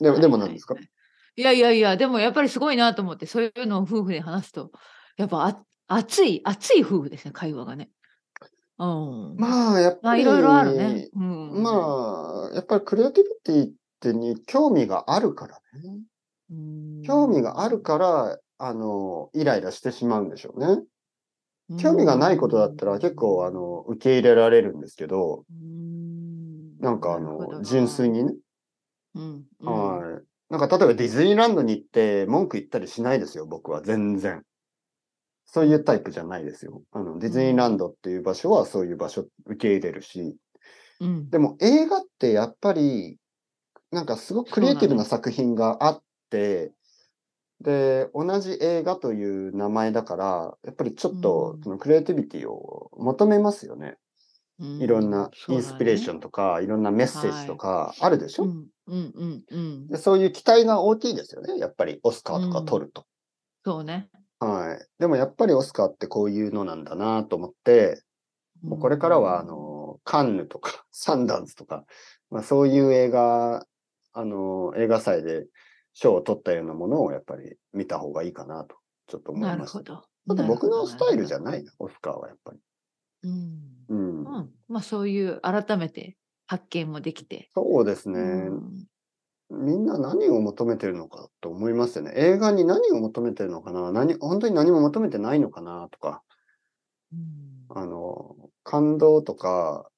でも、でもなんですかはいいやいやいや、でもやっぱりすごいなと思って、そういうのを夫婦で話すと、やっぱあ熱い、熱い夫婦ですね、会話がね。うん。ままあ、やっぱあ、り、いろいろあるね。うん。まあ、やっぱりクリエイティビティってに興味があるからね。うん、興味があるから、あの、イライラしてしまうんでしょうね。興味がないことだったら結構、あの、受け入れられるんですけど、うん、なんかあなるほどの、な純粋、にね。うんうんはい。なんか例えばディズニーランドに行って文句言ったりしないですよ、僕は全然。そういうタイプじゃないですよ。あの、ディズニーランドっていう場所はそういう場所受け入れるし。うんでも映画ってやっぱり、なんかすごくクリエイティブな作品があって、で、同じ映画という名前だから、やっぱりちょっとうんそのクリエイティビティを求めますよね。うんいろんなインスピレーションンとか、いろんなメッセージとかあるでしょ、うんうんうんうんでそういう期待が大きいですよね。やっぱりオスカーとか取ると。そうねはい。でもやっぱりオスカーってこういうのなんだなと思って、もうこれからはあの、カンヌとか サンダンスとか、まあそういう映画、あの、映画祭で賞を取ったようなものをやっぱり見た方がいいかなと、ちょっと思ないるましほた。どだって僕のスタイルじゃい、ないな、オスカーはやっぱり。うんうん。うん、まあそういう改めて発見もできて、そうですね。うんみんな何を求めてるのかと思いますよね。映画に何を求めてるのかな何、本当に何も求めてないのかなとか。うんあの、感動とか、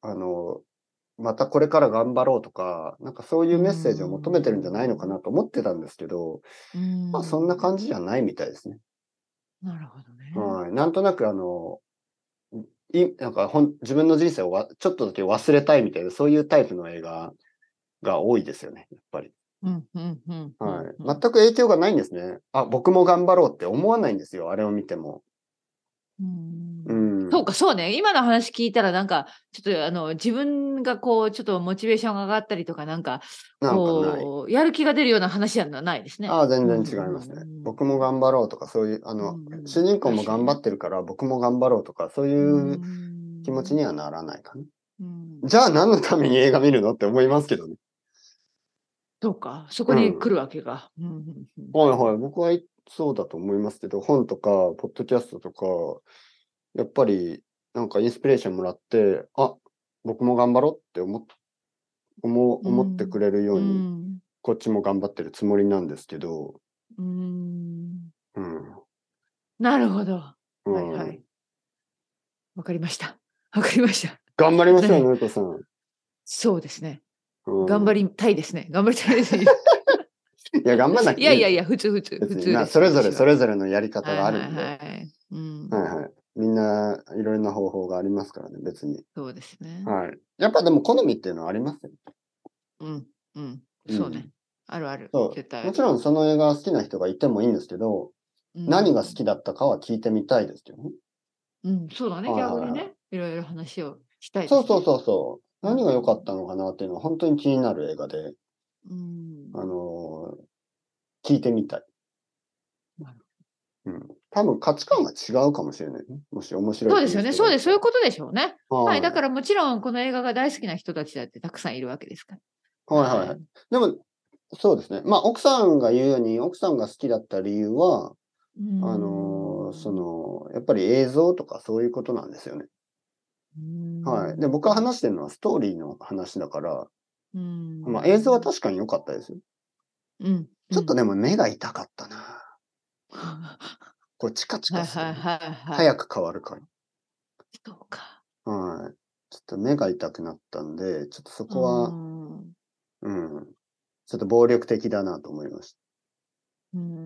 あの、またこれから頑張ろうとか、なんかそういうメッセージを求めてるんじゃないのかなと思ってたんですけど、うんまあそんな感じじゃないみたいですね。なるほどね。はい。なんとなくあの、いなんかほん自分の人生をわちょっとだけ忘れたいみたいな、そういうタイプの映画が多いですよね、やっぱり。うんうんうんうんはい。うん全く影響がないんですね。あ、僕も頑張ろうって思わないんですよ、あれを見ても。ううんん。そうか、そうね。今の話聞いたら、なんか、ちょっと、あの、自分がこう、ちょっとモチベーションが上がったりとか、なんか、なんかない。こう、やる気が出るような話じゃないですね。ああ、全然違いますね。うん僕も頑張ろうとか、そういう、あの、うん主人公も頑張ってるから、僕も頑張ろうとか、そういう気持ちには。はならないかな。うんじゃあ、何のために映画見るのって思いますけどね。そうか、そこに来るわけが。うんうんうんはいはい。僕はいそうだと思いますけど、本とか、ポッドキャストとか、やっぱり、なんかインスピレーションもらって、あ、僕も頑張ろうって思っ思う思ってくれるように、こっちも頑張ってるつもりなんですけど、うんうんうん。なるほど。はういんはい。わかりました。わかりました。頑張りましょうね、のりこさん。そうですね。うん頑張りたいですね。頑張りたいですね。いや、頑張んなくていいやいですやいや、普通普通。普別通になそれぞれそれれぞれのやり方があるんで、ははいいはいはい。うんはいみんないろいろな方法がありますからね、別に。そうですね。はい。やっぱでも好みっていうのはありますよ。うん、うん、うんそうね。あるあるそ。う絶対ある。もちろんその映画好きな人がいてもいいんですけど、うん何が好きだったかは聞いてみたいですよね。うん、そうだね。はいはい逆はいにね、いろいろ話をしたいですね。そうそうそうそう。何が良かったのかなっていうのは本当に気になる映画で、うん。あのー聞いてみたいなる。うん、多分価値観が違うかもしれないね。もし面白い。そうですよね。そうです。そういうこことでしょうね。と。は。はいだからもちろん、この映画が大好きな人たちだってたくさんいるわけですから。ら。はいはいはい。でも、そうですね。まあ、奥さんが言うように、奥さんが好きだった理由は、うんあのーそ、の、やっぱり映像とかそういうことなんですよね。うんはい。で、僕が話してるのはストーリーの話だから、うんまあ、映像は確かに良かったですよ。うん。ちょっと ね。でも目が痛かったな。はこう、チカチいはいカする。はいはい。早く変わるかそうか。ら。はい。ちょっと目が痛くなったんで、ちょっとそこは、は。うん、ちょっと暴力的だなと思いましうん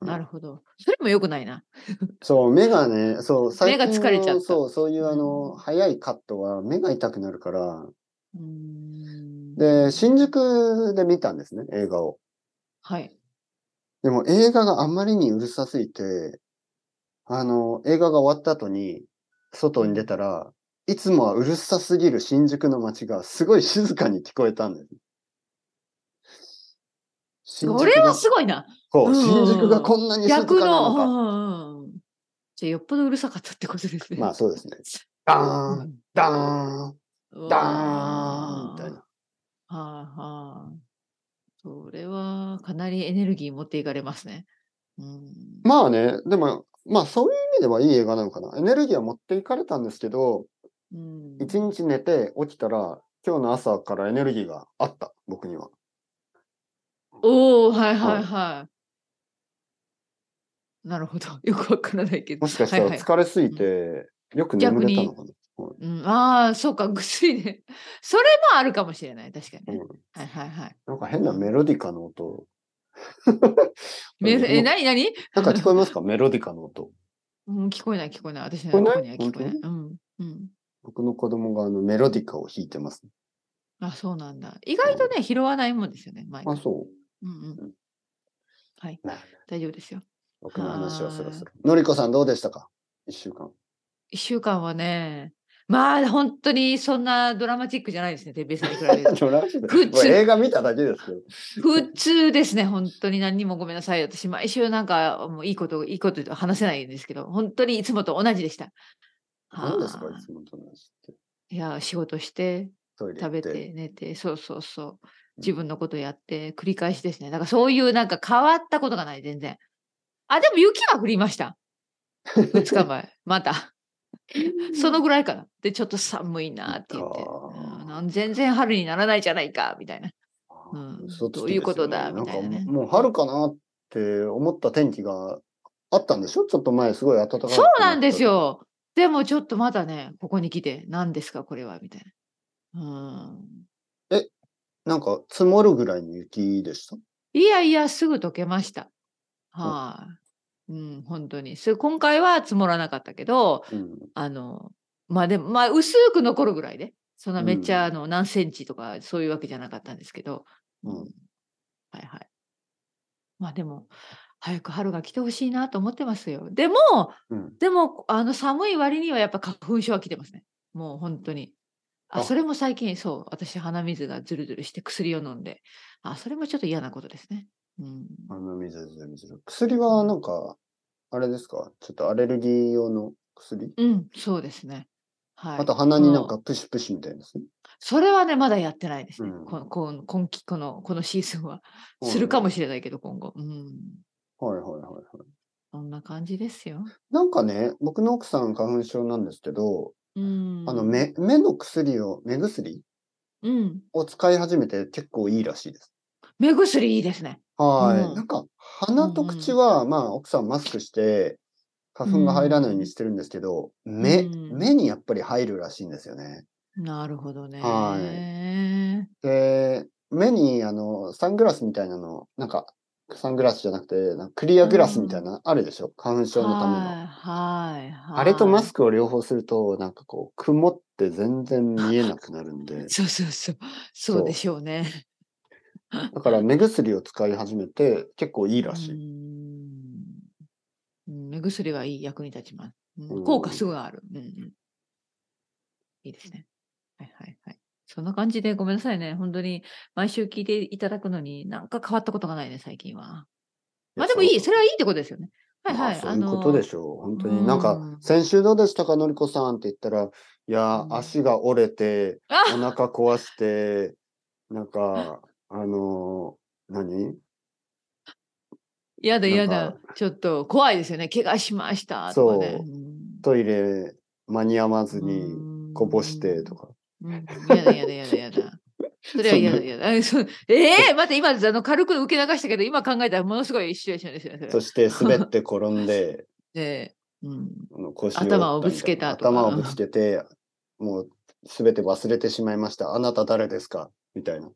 うんなるほど。それも良くないな。た。そう、目がね、そう、目が疲れちゃったそう、そういうあの、うん早いカットは目が痛くなるから、うんで、新宿で見たんですね、映画を。はい。でも映画があまりにうるさすぎて、あの、映画が終わった後に、外に出たら、いつもはうるさすぎる新宿の街がすごい静かに聞こえたんです。新そ宿れがはすごいな。そう、うん新宿がこんなに静か逆なのか。の。うんじゃあよっぽどうるさかったってことですね。まあそうですね。ダーン、うダーン、んダーンみたいな。はあはあ。そかにエネルギー持っていかれますね。うん、まあね、でも、まあそういう意味ではいい映画なのかな。エネルギーは持っていかれたんですけど、うん一日寝て起きたら、今日の朝からエネルギーがあった、僕には。おおはいははいいはい。なるほど。 よくわからないけど。もしかしたらはいはい疲れすぎて、よく眠れたのかな。うん、ああ、そうか、薬で。 それもあるかもしれない、確かにね。うんはいはいはい。なんか変なメロディカの音。メールえ、ななになにんか聞こえますか メロディカの音。うん、聞こえない、聞こえない。私の聞こえないとこには聞こえない。本うん。うん。僕の子供があのメロディカを弾いてます。あ、そうなんだ。意外とね、拾わないもんですよね、前あ、そう。うんうん。はいなる。大丈夫ですよ。僕の話はそろそろは。のりこさんどうでしたか一週間。一週間はね、まあ、本当にそんなドラマチックじゃないですね、てっぺいさんに比べると。ドラマチックグッズこれ映画見ただけですけど。普通ですね、本当に何にもごめんなさい。私、毎週なんか、もういいこと、いいこと話せないんですけど、本当にいつもと同じでした。何ですかはいつもと同じって。いや、仕事して、トイレ行食ってべて、寝て、そうそうそう。自分のことやって、繰り返しですね。だからそういうなんか変わったことがない、全然。あ、でも雪は降りました。2日前、また。そのぐらいかな。で、ちょっと寒いなって言って。あーうんなん全然春にならないじゃないか、みたいな。あうん嘘つきどういうことでだすよみたいなねんかもう春かなって思った天気があったんでしょちょっと前すごい暖かかったそうなんです。よ。でもちょっとまだね、ここに来て、何ですか、これは、みたいな。うん。なんか積もるぐらいの雪でした。いやいや、すぐ溶けました。はい、うん、本当に。す今回は積もらなかったけど、うん。あの、まあでも、まあ、薄く残るぐらいで、そんなめっちゃ、うんあの何センチとかそういうわけじゃなかったんですけど、うんはいはい。まあでも、早く春が来てほしいなと思ってますよ。でも、うん、でも、あの寒い割にはやっぱ花粉症は来てますね。もう本当に。あ、あそれも最近、そう、私鼻水がずるずるして薬を飲んで、あ、それもちょっと嫌なことですね。うん。あの、水ずる水る。薬はなんか、あれですかちょっとアレルギー用の薬うん、そうですね。はい。あと鼻になんもかう。プシュプシュみたいなやつね。それはね、まだやってないですね。うんこんこん今期、この、このシーズンは。はいするかもしれないけど、今後。うん。はいはいはいはい。そんな感じですよ。なんかね、僕の奥さん花粉症なんですけど、うん。あの目、目の薬を、目薬うん。を使い始めて結構いいらしいです。目薬いいですね。はい。うんなんか、鼻と口は、まあ、奥さんマスクして、花粉が入らないようにしてるんですけど、目、うん目にやっぱり入るらしいんですよね。なるほどね。はで、目に、あの、サングラスみたいなの、なんか、サングラスじゃなくて、なんかクリアグラスみたいな、あるでしょ花粉症のための。はいはいはい。、あれとマスクを両方すると、なんかこう、曇って全然見えなくなるんで そうそうそう。そうでしょうね。だから目薬を使い始めて、結構いいらしうい。ーん目薬はいい役に立ちます。ううんん、効果すぐある、うんうん。いいですね。はいはいはい。そんな感じでごめんなさいね。本当に毎週聞いていただくのになんか変わったことがないね、最近は。まあでもいい。それはいいってことですよね。はいまはあい。そういうことでしょう。本当になんうかん、先週どうでしたか、のりこさんって言ったら、いやー、うん足が折れて、あお腹壊して、なん か、あのー何やだやなんだか。ちょっと怖いですよね。怪我しましたとかそね。うトイレ間に合わずにうんこぼしてと か。うんやだやだやだやだ。それは嫌だ嫌だ。あそうええ待って、今、あの軽く受け流したけど、今考えたらものすごいシチュエーションですよね。そそれして滑って転んで、 で、うん、あの腰を頭を折ぶったみつけたとか頭をぶつけて、もう全て忘れてしまいました。あなた誰ですかみたいな。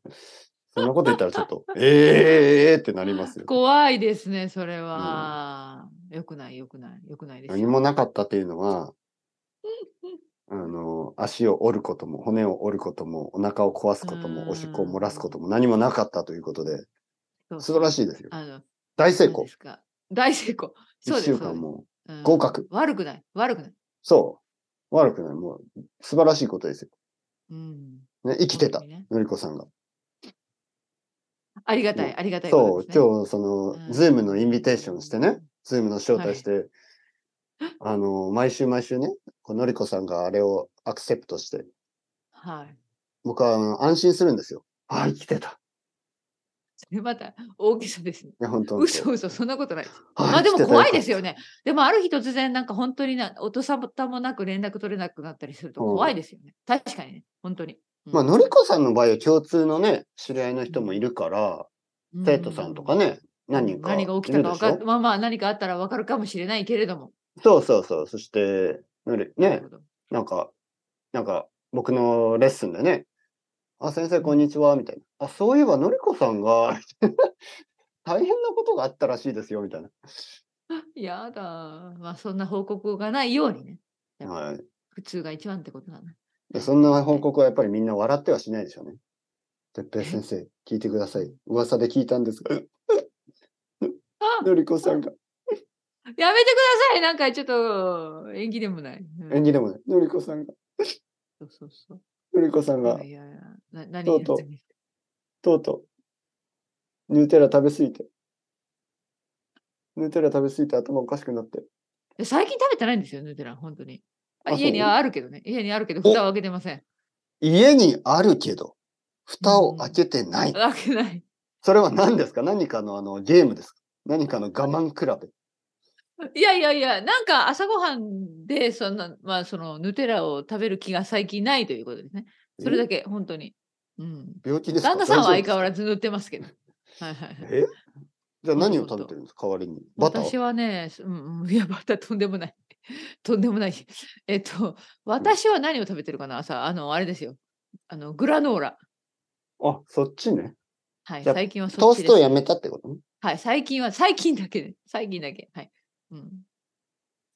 そんなこと言ったらちょっと、えーってなりますよ。怖いですね、それは。よくない、よくない、よくないです何よ。もなかったっていうのは、あの、足を折ることも、骨を折ることも、お腹を壊すことうも、んおしっこを漏らすことも何もなかったということで、そう素晴らしいですよ。あの大成何功で。すか大成功。そう一です。週そう間ですもうん合格。悪くない、悪くない。そう。悪くない。もう、素晴らしいことですよ。うん、ね、生きてた本当。にねのりこさんが。ありがたねい、ありがたいこそうとで、すね。今日、その、ズームのインビテーションしてね、ズームの招待して、あの、毎週毎週ね、こうのりこさんがあれをアクセプトして、はい。僕はあの安心するんですよ。ああ、生きてた。それまた大げさですね。や、本当嘘嘘、そんなことない。はいまあでも来てた怖いですよよね。でもある日突然なんか本当にな音沙汰もなく連絡取れなくなったりすると怖いですよね。確かにね、本当に。かった。まあ、のりこさんの場合は共通のね、知り合いの人もいるから、生徒さんとかね、ね、何人かいるでし何がょ。起きたか分かっまあまあ何かあったら分かるかもしれないけれども。そうそうそう。そして、のりなねる、ほどなんか、なんか、僕のレッスンでね、あ、先生、こんにちは、みたいな。あ、そういえば、のりこさんが、 大変なことがあったらしいですよ、みたいな。やだ。まあそんな報告がないようにね。やっぱはい。普通が一番ってことだな。でそんな報告はやっぱりみんな笑ってはしないでしょうね。哲平先生、聞いてください。噂で聞いたん ですが、あのりこさんが、やめてください。なんかちょっと縁起でもない。うん演技でもない。のりこさんが、そうそうそう。のりこさんいがや、いやいやな何とうとうとうとう、ヌーテラ食べ過ぎて、ヌーテラ食べ過ぎて頭おかしくなって、え最近食べてないんですよ、ヌーテラ、本当に。ああ家にそうああるけどね。家にあるけど、蓋を開けてません。家にあるけど、蓋を開けてない。開けない。それは何ですか何かのあのゲームですか何かの我慢比べ。いやいやいや、なんか朝ごはんで、そんな、まあ、その、ヌーテラを食べる気が最近ないということですね。それだけ、本当に。うん。病気ですか旦那さんは相変わららず塗ってますけど。はいはいはい。えじゃあ何を食べてるんですか代わりに。バタ私ーはね、すうんうん、いや、バターとんでもない。 とんでもない。えっと、私は何を食べてるかな朝、あの、あれですよ。あの、グラノーラ。あ、そっちね。はい、じゃあ最近はそトーっちスですトをやめたってことね。はい、最近は、最近だけね。最近だけ。はい。うん。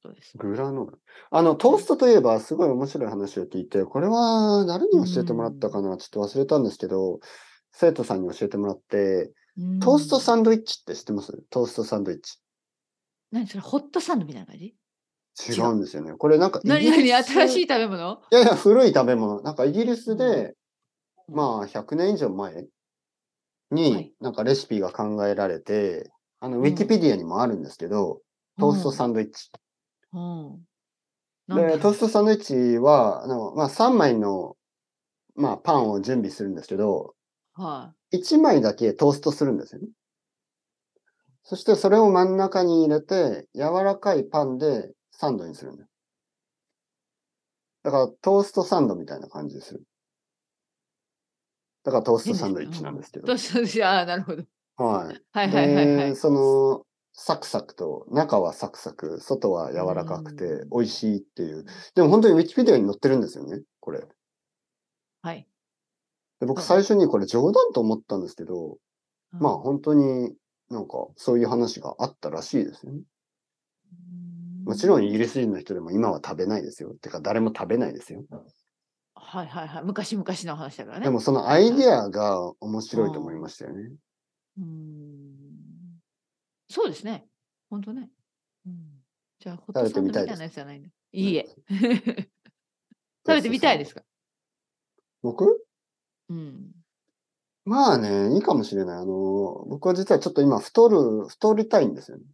そうです。グラノーラ。あの、トーストといえばすごい面白い話を聞いて、これは誰に教えてもらったかなちょっと忘れたんですけど、生徒さんに教えてもらって、トーストンサンドイッチって知ってますトーストサンドイッチ。何それ、ホットサンドみたいな感じ違うんですよね。これなんかイギ何リス、何新しい食べ物いやいや、古い食べ物。なんかイギリスで、うんまあ、100年以上前はにい、なんかレシピが考えられて、あの、うウんィキペディアにもあるんですけど、トーストサンドイッチ。うん。うん。なんで、だトーストサンドイッチは、あのまあ、3枚の、まあ、パンを準備するんですけど、は1枚だけトーストするんですよね。そしてそれを真ん中に入れて、柔らかいパンでサンドにするんだよ。だからトーストサンドみたいな感じでする。だからトーい。ストサンドイッチなんですけトどー。ストサンドイッチ、ああ、なるほど。はい。はいはいはいはいで、。その、サクサクと、中はサクサク、外は柔らかくてうん、美味しいっていう。でも本当にウィキペディアに載ってるんですよね、これ。はい。で僕はい最初にこれ冗談と思ったんですけど、まああ、本当になんかそういう話があったらしいですよね。もちろんイギリス人の人でも今は食べないですよ。てか誰も食べないですよ。はいはいはい。昔々の話だからね。でもそのアイディアが面白いと思いましたよね。うーんそうですね。本当ね。うん、じゃあ、ホット食べサてンドみみたいたいですなやつじゃないんだ。いいえ。 なんか。食べてみたいですか僕うん。まあね、いいかもしれない。あの、僕は実はちょっと今太る、太りたいんですよね。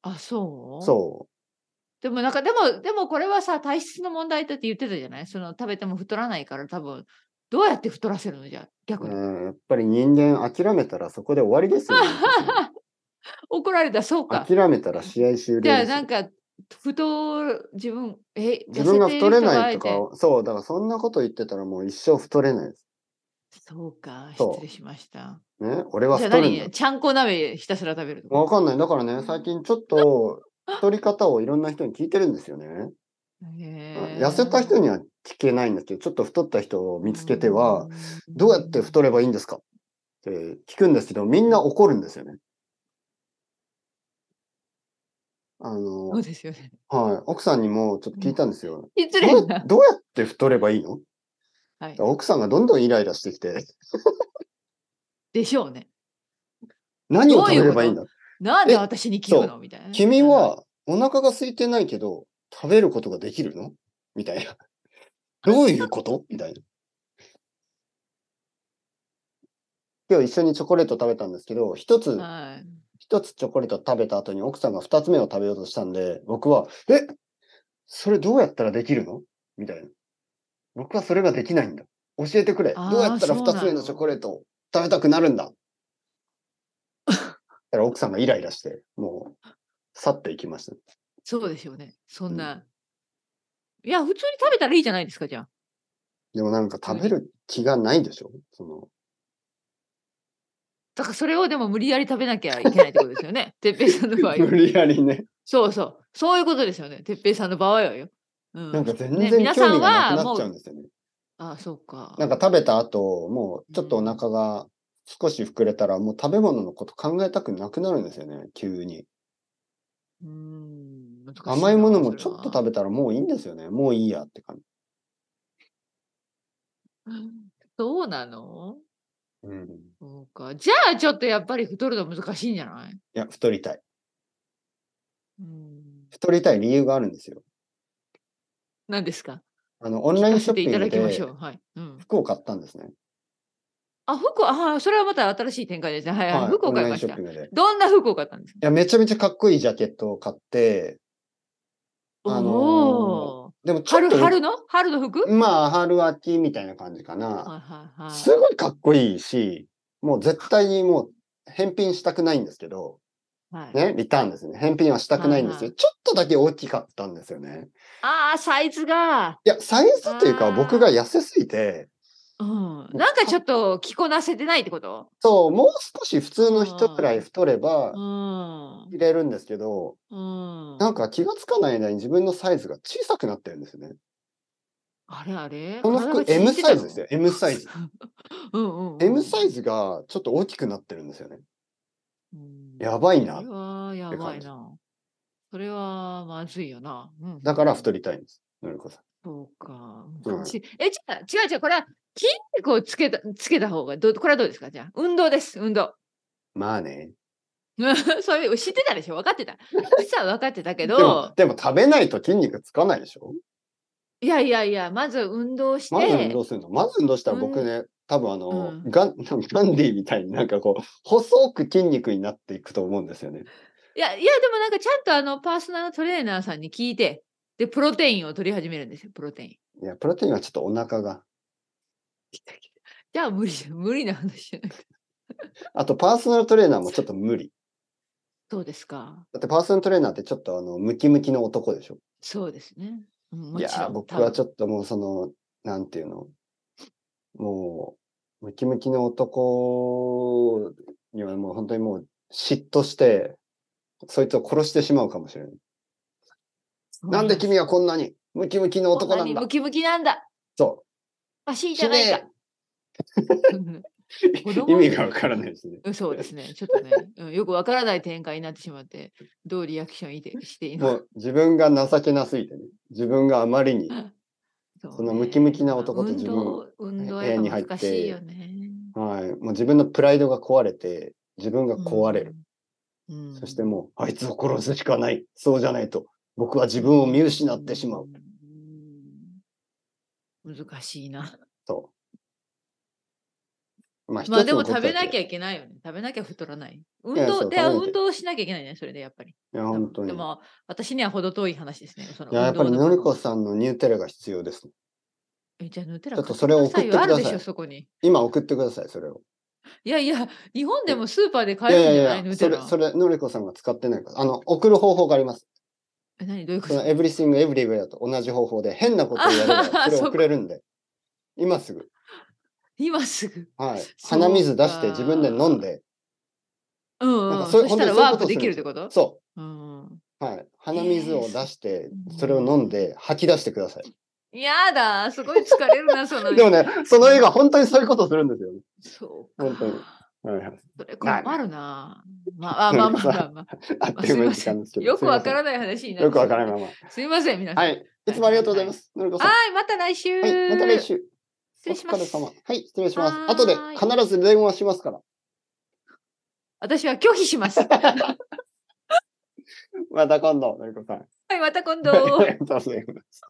あ、そう。そうでもなんか、でも、でもこれはさ、体質の問題だって言ってたじゃないその食べても太らないから多分、どうやって太らせるのじゃあ、う。逆に。ねやっぱり人間諦めたらそこで終わりですよ、ね。怒られた、 そうか。諦めたら試合終了じゃあ、ですなよん。か、太る、自分、え、自分が痩せ太てるれ人がない会えとてかを、そう、だからそんなこと言ってたらもう一生太れないです。そうか、そう失礼しました。ね、俺はじゃあ太るんだ何ちゃんこ鍋ひたすら食べるとかわかんない。だからね、最近ちょっと太り方をいろんな人に聞いてるんですよね。へー痩せた人には聞けないんですけど、ちょっと太った人を見つけては、、んどうやって太ればいいんですかって聞くんですけど、みんな怒るんですよね。あのそう、ですよね。はい。奥さんにもちょっと聞いたんですよ。失どうや礼な。どうやって太ればいいのはい、奥さんがどんどんイライラしてきて、でしょうね。何を食べればいいんだなんで私に聞くそのみたいなね。君はお腹が空いてないけど、食べることができるのみたいな。どういうことみたいな。今日一緒にチョコレート食べたんですけど、一うん、つ、はい。一つチョコレート食べた後に奥さんが二つ目を食べようとしたんで、僕は、えそれどうやったらできるのみたいな。僕はそれができないんだ。教えてくれ。あーどうやったらそうな二のつ目のチョコレートを食べたくなるんだ たら奥さんがイライラして、もう、去っていきましたね。そうですよね。そんな。いや、普通に食べたらいいじゃないですか、じゃあ。でもなんか食べる気がないでしょその、だからそれをでも無理やり食べなきゃいけないってことですよね。てっぺいさんの場合 無は。理やりね。そうそう。そういうことですよね。てっぺいさんの場合はよ。うなんん。か全ね然皆さ興味んはがなくなっちゃうんですよね。ああ、そうか。なんか食べた後、もうちょっとお腹が少し膨れたら、もう食べ物のこと考えたくなくなるんですよね、急に。うーん。難しな甘いものもちょっと それ食べたらもういいんですよね。もういいやって感じ。はそうなのうん。いそうか。じゃあちょっとやっぱり太るの難しいんじゃないや、太りたい。うん。太りたい理由があるんですよ。何ですかあの、オンライン聞かショせッてピいたングだきましでょう。はい。うん。服を買ったんですね。あ、服、ああ、それはまた新しい展開ですね。はい、はい、服オをン買ラいイまンシしョッたピ。ングで。いどんな服を買ったんですかや、めちゃめちゃかっこいいジャケットを買って、あのーおお。でもちょ春、っと、春の春の服、まあ、春秋みたいな感じかな。はいはいはい。すごいかっこいいし、もう絶対にもう返品したくないんですけど、はいね、リターンですね。返品はしたくないんですよ。はいはちょっとだけ大きかったんですよね。ああ、サイズが。いや、サイズというあかー僕が痩せすぎて、うん。なんかちょっと着こなせてないってことそう、もう少し普通の人くらい太ればうん。着れるんですけど、うん。なんか気がつかない間に自分のサイズが小さくなってるんですよね。あれあれこの体が服縮 M んたサのイズですよ。M サイズ。 うんうんうん、 M サイズがちょっと大きくなってるんですよね。うんやばいそなれ。はやばいな。それはまずいよな。うん、だから太りたいんです。のりこさん。そうか。うん難しいえ、じゃあ、違う違う、これは筋肉をつけた、つけた方が、どうこれはどうですかじゃあ、運動です、運動。まあね。 そういう、知ってたでしょ分かってた。実は分かってたけでもど、でも食べないと筋肉つかないでしょいやいやいや、まず運動して、まず運動するの。まず運動したら僕ね、多分あの、うんガン、 ガンディみたいになんかこう、細く筋肉になっていくと思うんですよね。いや、いや、でもなんかちゃんとあの、パーソナルトレーナーさんに聞いて、で、プロテインを取り始めるんですよ、プロテイン。いや、プロテインはちょっとお腹が。じゃあ無理じゃん、無理な話じゃなくて。あと、パーソナルトレーナーもちょっと無理。そうですか。だって、パーソナルトレーナーってちょっとあの、ムキムキの男でしょ。そうですね。うんもいやちろー、ん。僕はちょっょっともうその、なんていうの、もう、ムキムキの男にはもう本当にもう嫉妬して、そいつを殺してしまうかもしれない。となんで君はこんなにムキムキの男なんだムキムキなんだ。そマシう。ーじゃない死かね。うん 子え供意味がわからないですね。うんそうですね。ちょっとね、うんよくわからない展開になってしまって、どうリアクションいいでしていいのかもう自分が情けなすぎてね。自分があまりに。そそのムキムキな男と自分分運動は部屋にや入っってぱ難しいよね。はい。もう自分のプライドが壊れて、自分が壊れる。うん。うんそしてもう、あいつを殺すしかない。そうじゃないと、僕は自分を見失ってしまう。うん。難しいな。そう。まあまあでも食べなきゃ。ゃいいけないよね。食べなきゃ太らない。運やそ動う食べでなきゃ運動しなきゃいけないね。それでやっぱり。や、本当に。でいも私には程遠い話ですね。そのや、やっぱり運動ののりこさんのニューテレが必要です。えじゃあヌテラちょっと買それをきな送ってくだよあるでさいしょそこに。今送ってください、それを。いやいや日本でもスーパーでい買えるやんいじゃなやいいや、ヌそテれ、ラ。それ、のりこさんが使ってないから。あの、送る方法があります。え何どういうこそとのエブリシングエブリウェアと同じ方法で変なことをやればあそれそっか送れるんで。今すぐ。今すぐ。はい。そうか鼻水出して自分で飲んで。うん、なんうかん。そういそうした本当にそういらうワこーとをプするでんきでるっすてことそうん。う。はい。鼻水を出してそうそれを飲んで吐き出してください。やだ、すごい疲れるな、その。でもね、その映画本当にそういうことをするんですよね。そうか。本当にはいはい。それ困るな。まあ、あまあまあまあまあ。 あっまあといすうみ間まに時せ間んですけ。ど。よくわすいませんからない話になよくわからい。ないまま。すみません、皆さん。ははい、い。いつもありがとうございます。のりこさん。はまた来週。い。また来。週。失礼しまお疲れす様。。はい。失礼しますはー。い後で必ず電話しますから。私は拒否 します。はまた今度、のりこさん。い、また 今あり度。がとうございます。